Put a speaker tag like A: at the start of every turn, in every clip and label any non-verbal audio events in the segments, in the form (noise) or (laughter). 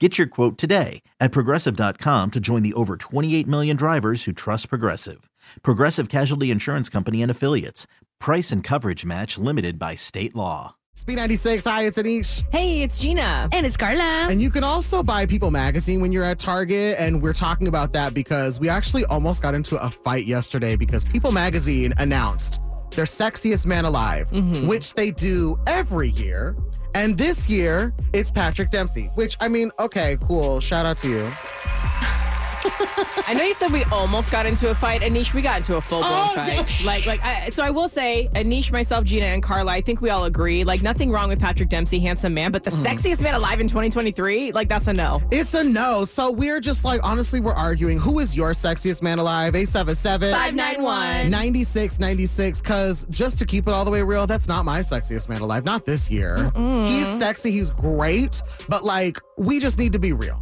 A: Get your quote today at progressive.com to join the over 28 million drivers who trust Progressive. Progressive Casualty Insurance Company and Affiliates. Price and coverage match limited by state law.
B: Speed 96, hi, it's Anish.
C: Hey, it's Gina.
D: And it's Carla.
B: And you can also buy People Magazine when you're at Target. And we're talking about that because we actually almost got into a fight yesterday because People Magazine announced their sexiest man alive, mm-hmm. which they do every year. And this year, it's Patrick Dempsey, which I mean, okay, cool. Shout out to you.
C: I know you said we almost got into a fight. Anish, we got into a full blown oh, fight. Yeah. Like, like, I, so I will say, Anish, myself, Gina, and Carla, I think we all agree. Like, nothing wrong with Patrick Dempsey, handsome man, but the mm. sexiest man alive in 2023, like, that's a no.
B: It's a no. So we're just like, honestly, we're arguing who is your sexiest man alive? 877
C: 591
B: 9696. Because just to keep it all the way real, that's not my sexiest man alive. Not this year. Mm-mm. He's sexy, he's great, but like, we just need to be real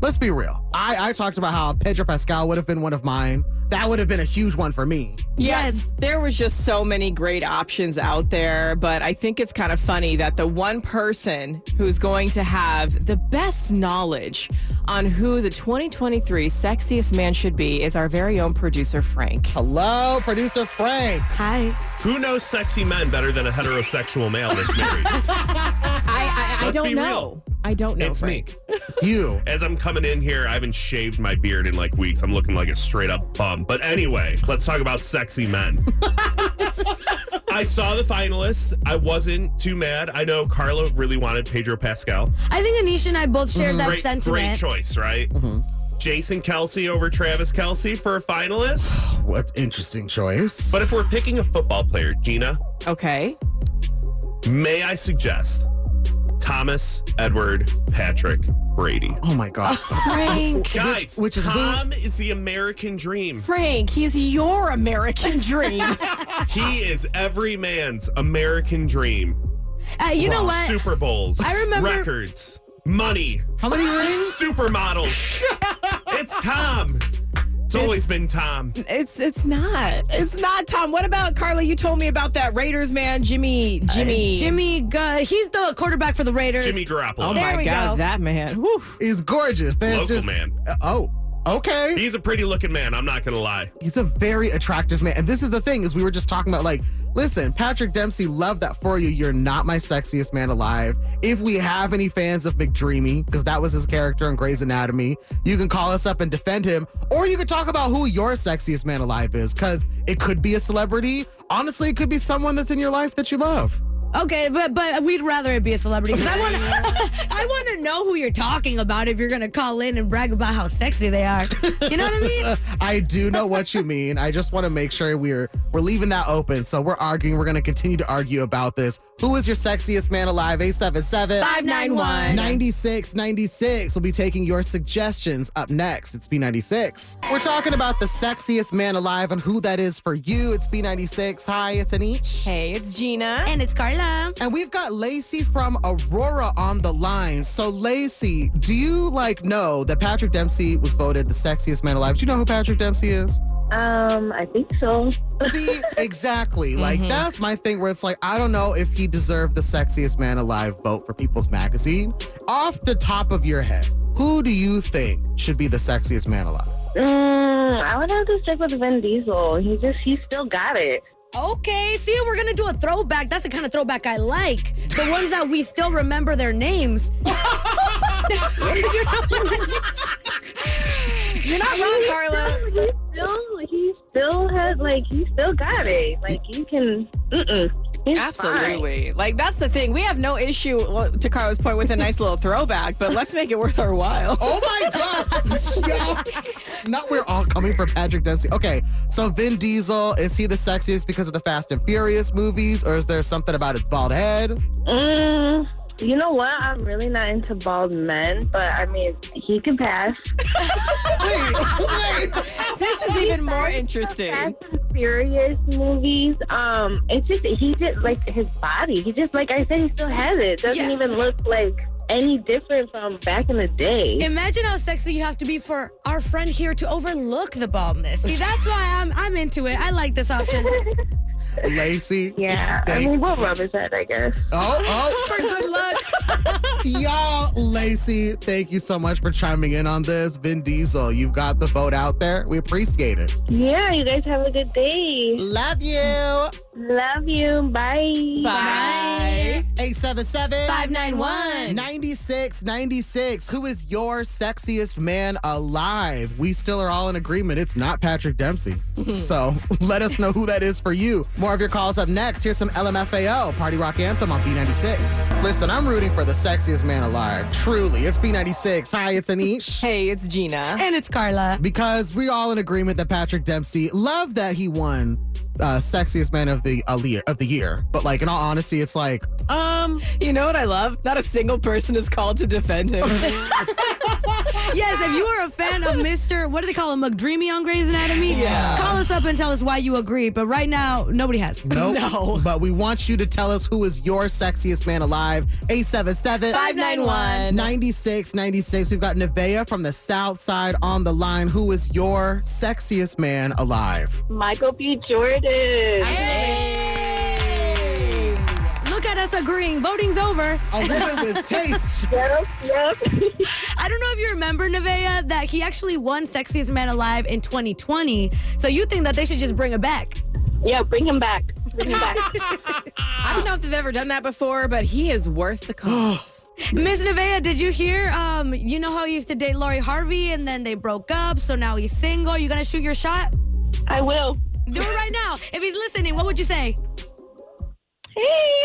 B: let's be real. I, I talked about how Pedro Pascal would have been one of mine. That would have been a huge one for me.
C: Yes, there was just so many great options out there, but I think it's kind of funny that the one person who's going to have the best knowledge on who the 2023 sexiest man should be is our very own producer Frank.
B: Hello, producer Frank.
D: Hi.
E: Who knows sexy men better than a heterosexual male that's married?
C: I, I, I don't know. Real. I don't know.
E: It's
C: Frank.
E: me.
B: It's you.
E: As I'm coming in here, I haven't shaved my beard in like weeks. I'm looking like a straight up bum. But anyway, let's talk about sexy men. I saw the finalists. I wasn't too mad. I know Carla really wanted Pedro Pascal.
D: I think Anisha and I both shared mm-hmm. that
E: great,
D: sentiment.
E: Great choice, right? Mm-hmm. Jason Kelsey over Travis Kelsey for a finalist.
B: what interesting choice.
E: But if we're picking a football player, Gina.
C: Okay.
E: May I suggest Thomas Edward Patrick Brady.
B: Oh my God.
C: Frank.
E: Guys, which, which is Tom who? is the American dream.
C: Frank, he's your American (laughs) dream.
E: he is every man's American dream.
D: Uh, you wow. know what?
E: Super Bowls.
D: I remember.
E: Records. Money.
B: How many rings?
E: Supermodels. it's Tom. It's, it's always been Tom.
C: It's it's not. It's not Tom. What about Carla? You told me about that Raiders man, Jimmy. Jimmy.
D: Uh, Jimmy. Uh, he's the quarterback for the Raiders.
E: Jimmy Garoppolo.
C: Oh there my God, go. that man. Whew.
B: Is gorgeous. There's
E: Local
B: just
E: man.
B: Uh, oh. Okay.
E: He's a pretty looking man, I'm not gonna lie.
B: He's a very attractive man. And this is the thing is we were just talking about like, listen, Patrick Dempsey, love that for you. You're not my sexiest man alive. If we have any fans of McDreamy, because that was his character in Grey's Anatomy, you can call us up and defend him, or you can talk about who your sexiest man alive is, because it could be a celebrity. Honestly, it could be someone that's in your life that you love.
D: Okay, but but we'd rather it be a celebrity because I
E: (laughs)
D: want (laughs) I want to know who you're talking about if you're gonna call in and brag about how sexy they are. You know what I
E: (laughs)
D: mean?
B: I do know what you mean. I just want to make sure we're we're leaving that open. So we're arguing. We're gonna continue to argue about this. Who is your sexiest man alive? 877
C: 591
B: 9696. We'll be taking your suggestions up next. It's B96. We're talking about the sexiest man alive and who that is for you. It's B96. Hi, it's Anish.
C: Hey, it's Gina.
D: And it's Carla.
B: And we've got Lacey from Aurora on the line. So, Lacey, do you like know that Patrick Dempsey was voted the sexiest man alive? Do you know who Patrick Dempsey is?
F: Um, I think so.
B: See, exactly. Like mm-hmm. that's my thing where it's like, I don't know if he deserved the sexiest man alive vote for People's Magazine. Off the top of your head, who do you think should be the sexiest man alive?
F: Mm, I would have to stick with Vin Diesel. He just he still got it.
D: Okay, see, we're gonna do a throwback. That's the kind of throwback I like. The ones that we still remember their names. you know
F: still had like he still got it. Like you can. Mm-mm, he's fine.
C: Absolutely. Like that's the thing. We have no issue well, to Carlos' point with a nice little throwback, but let's make it worth our while.
B: (laughs) Oh my God. (laughs) Yo. Not we're all coming for Patrick Dempsey. Okay, so Vin Diesel, is he the sexiest because of the Fast and Furious movies, or is there something about his bald head?
F: Mm, you know what? I'm really not into bald men, but I mean he can pass.
B: Wait, (laughs) wait.
C: This is even more interesting.
F: Fast and Furious movies. Um, it's just he just like his body. He just like I said, he still has it. Doesn't
D: Yeah.
F: even look like any different from back in the day.
D: Imagine how sexy you have to be for our friend here to overlook the baldness. See, that's why I'm I'm into it. I like this option for
B: Lacey.
F: yeah, I
B: Thank-
F: mean we'll rub his head, I guess.
B: Oh, oh.
D: good luck.
B: Y'all, Lacey, thank you so much for chiming in on this. Vin Diesel, you've got the vote out there. We appreciate it.
F: Yeah, you guys have a good day.
B: Love you.
F: Love you. Bye.
C: Bye.
B: 877
D: 591.
B: 96 96. Who is your sexiest man alive? We still are all in agreement. It's not Patrick Dempsey. so let us know who that is for you. More of your calls up next. Here's some LMFAO Party Rock Anthem on B96. Listen, I'm rooting for the sexiest man alive. Truly. It's B96. Hi, it's Anish.
C: Hey, it's Gina.
D: And it's Carla.
B: Because we're all in agreement that Patrick Dempsey, love that he won uh, sexiest man of the Ali- of the year. But like in all honesty, it's like, um,
C: You know what I love? Not a single person is called to defend
G: (laughs)
C: him.
D: Yes, if you are a fan of Mr. What do they call him? McDreamy on Grey's Anatomy? Yeah. Call us up and tell us why you agree. But right now, nobody has.
B: Nope. But we want you to tell us who is your sexiest man alive. 877
C: 591.
B: 9696. We've got Nevaeh from the South Side on the line. Who is your sexiest man alive?
F: Michael B. Jordan.
D: (laughs) Look at us agreeing. Voting's over.
B: A woman with taste.
F: Yep, yep.
D: I don't know if you remember, Nevaeh, that he actually won Sexiest Man Alive in 2020. So you think that they should just bring it back.
F: yeah, bring him back. Bring him (laughs) back.
C: I don't know if they've ever done that before, but he is
G: (gasps)
C: worth the cost.
D: Miss Nevaeh, did you hear? Um, you know how he used to date Lori Harvey and then they broke up, so now he's single. You gonna shoot your shot?
F: I will.
D: Do it right now. If he's listening, what would you say?
F: (laughs) Hey.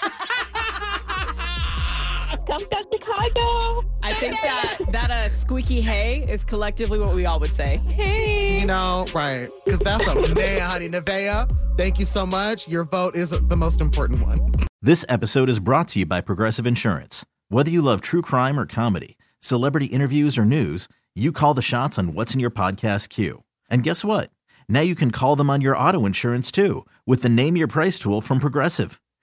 F: Come to Chicago.
C: I think that that uh, squeaky hay is collectively what we all would say. Hey.
B: You know, right. Because that's a man, honey. Nevaeh, thank you so much. Your vote is the most important one.
A: This episode is brought to you by Progressive Insurance. Whether you love true crime or comedy, celebrity interviews or news, you call the shots on what's in your podcast queue. And guess what? Now you can call them on your auto insurance too with the Name Your Price tool from Progressive.